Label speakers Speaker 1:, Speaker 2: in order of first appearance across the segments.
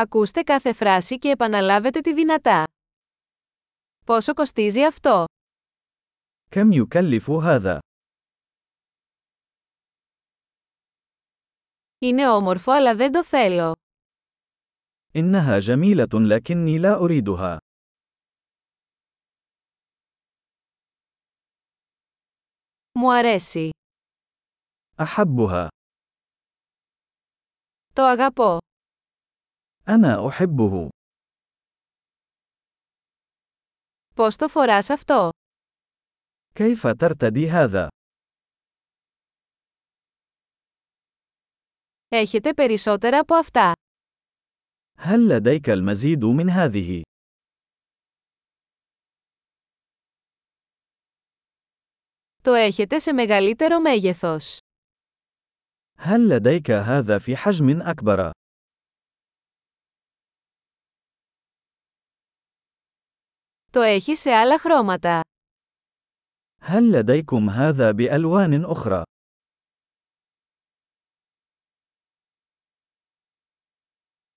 Speaker 1: Ακούστε κάθε φράση και επαναλάβετε τη δυνατά. Πόσο κοστίζει αυτό?
Speaker 2: كم يكلف هذا؟
Speaker 1: Είναι όμορφο αλλά δεν το θέλω.
Speaker 2: إنها جميلة لكني لا أريدها.
Speaker 1: Μου αρέσει.
Speaker 2: أحبها.
Speaker 1: Το αγαπώ.
Speaker 2: أنا أحبه.
Speaker 1: Πώς το φοράς αυτό?
Speaker 2: كيف ترتدي هذا؟
Speaker 1: Έχετε περισσότερα από αυτά.
Speaker 2: هل لديك المزيد من هذه؟
Speaker 1: Το έχετε σε μεγαλύτερο μέγεθος.
Speaker 2: هل لديك هذا في حجم أكبر؟
Speaker 1: Το έχει σε άλλα χρώματα.
Speaker 2: هل لديكم هذا بألوان أخرى؟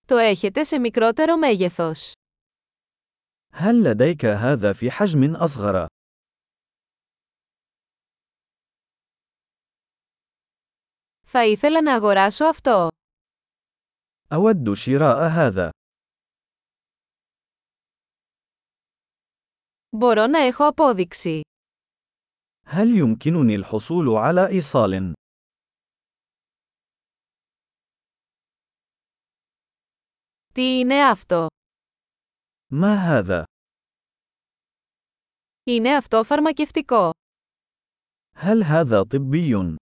Speaker 1: Το έχετε σε μικρότερο μέγεθος.
Speaker 2: هل لديك هذا في حجم أصغر؟
Speaker 1: Θα ήθελα να αγοράσω αυτό.
Speaker 2: أود شراء هذا.
Speaker 1: Μπορώ να έχω απόδειξη.
Speaker 2: هل يمكنني الحصول على إيصال؟
Speaker 1: Τι είναι αυτό?
Speaker 2: ما هذا؟
Speaker 1: Είναι αυτό φαρμακευτικό.
Speaker 2: هل هذا طبي؟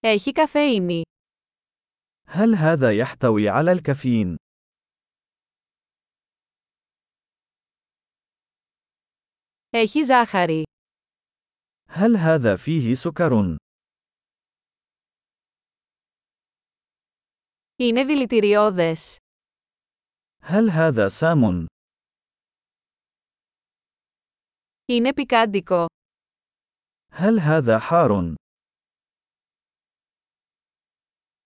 Speaker 1: Έχει καφέινη.
Speaker 2: هل هذا يحتوي على الكافيين؟
Speaker 1: Έχει ζάχαρη.
Speaker 2: هل هذا فيه سكر؟
Speaker 1: Είναι δηλητηριώδες.
Speaker 2: هل هذا سام؟
Speaker 1: Είναι πικάντικο.
Speaker 2: هل هذا حار؟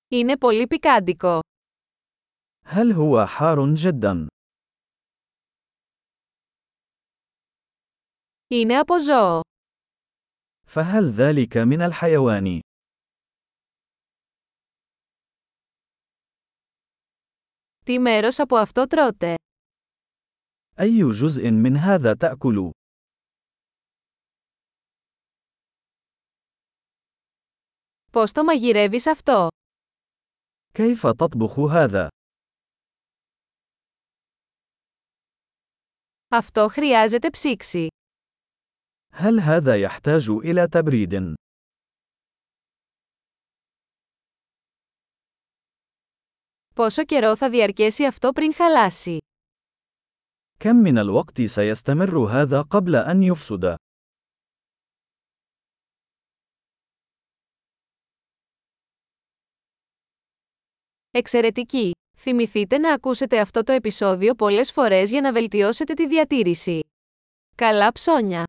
Speaker 1: Είναι πολύ πικάντικο.
Speaker 2: هل هو حار جدا؟
Speaker 1: Είναι από ζώο.
Speaker 2: فهل ذلك من الحيوان؟
Speaker 1: Τι μέρος από αυτό τρώτε.
Speaker 2: أي جزء من هذا تأكل؟
Speaker 1: Πώς το μαγειρεύεις αυτό.
Speaker 2: كيف تطبخ هذا؟
Speaker 1: Αυτό χρειάζεται ψήξη.
Speaker 2: هل هذا يحتاج إلى تبريد؟
Speaker 1: Πόσο καιρό θα διαρκέσει αυτό πριν χαλάσει.
Speaker 2: كم من الوقت سيستمر هذا قبل أن يفسد؟
Speaker 1: Εξαιρετική! Θυμηθείτε να ακούσετε αυτό το επεισόδιο πολλές φορές για να βελτιώσετε τη διατήρηση. Καλά ψώνια!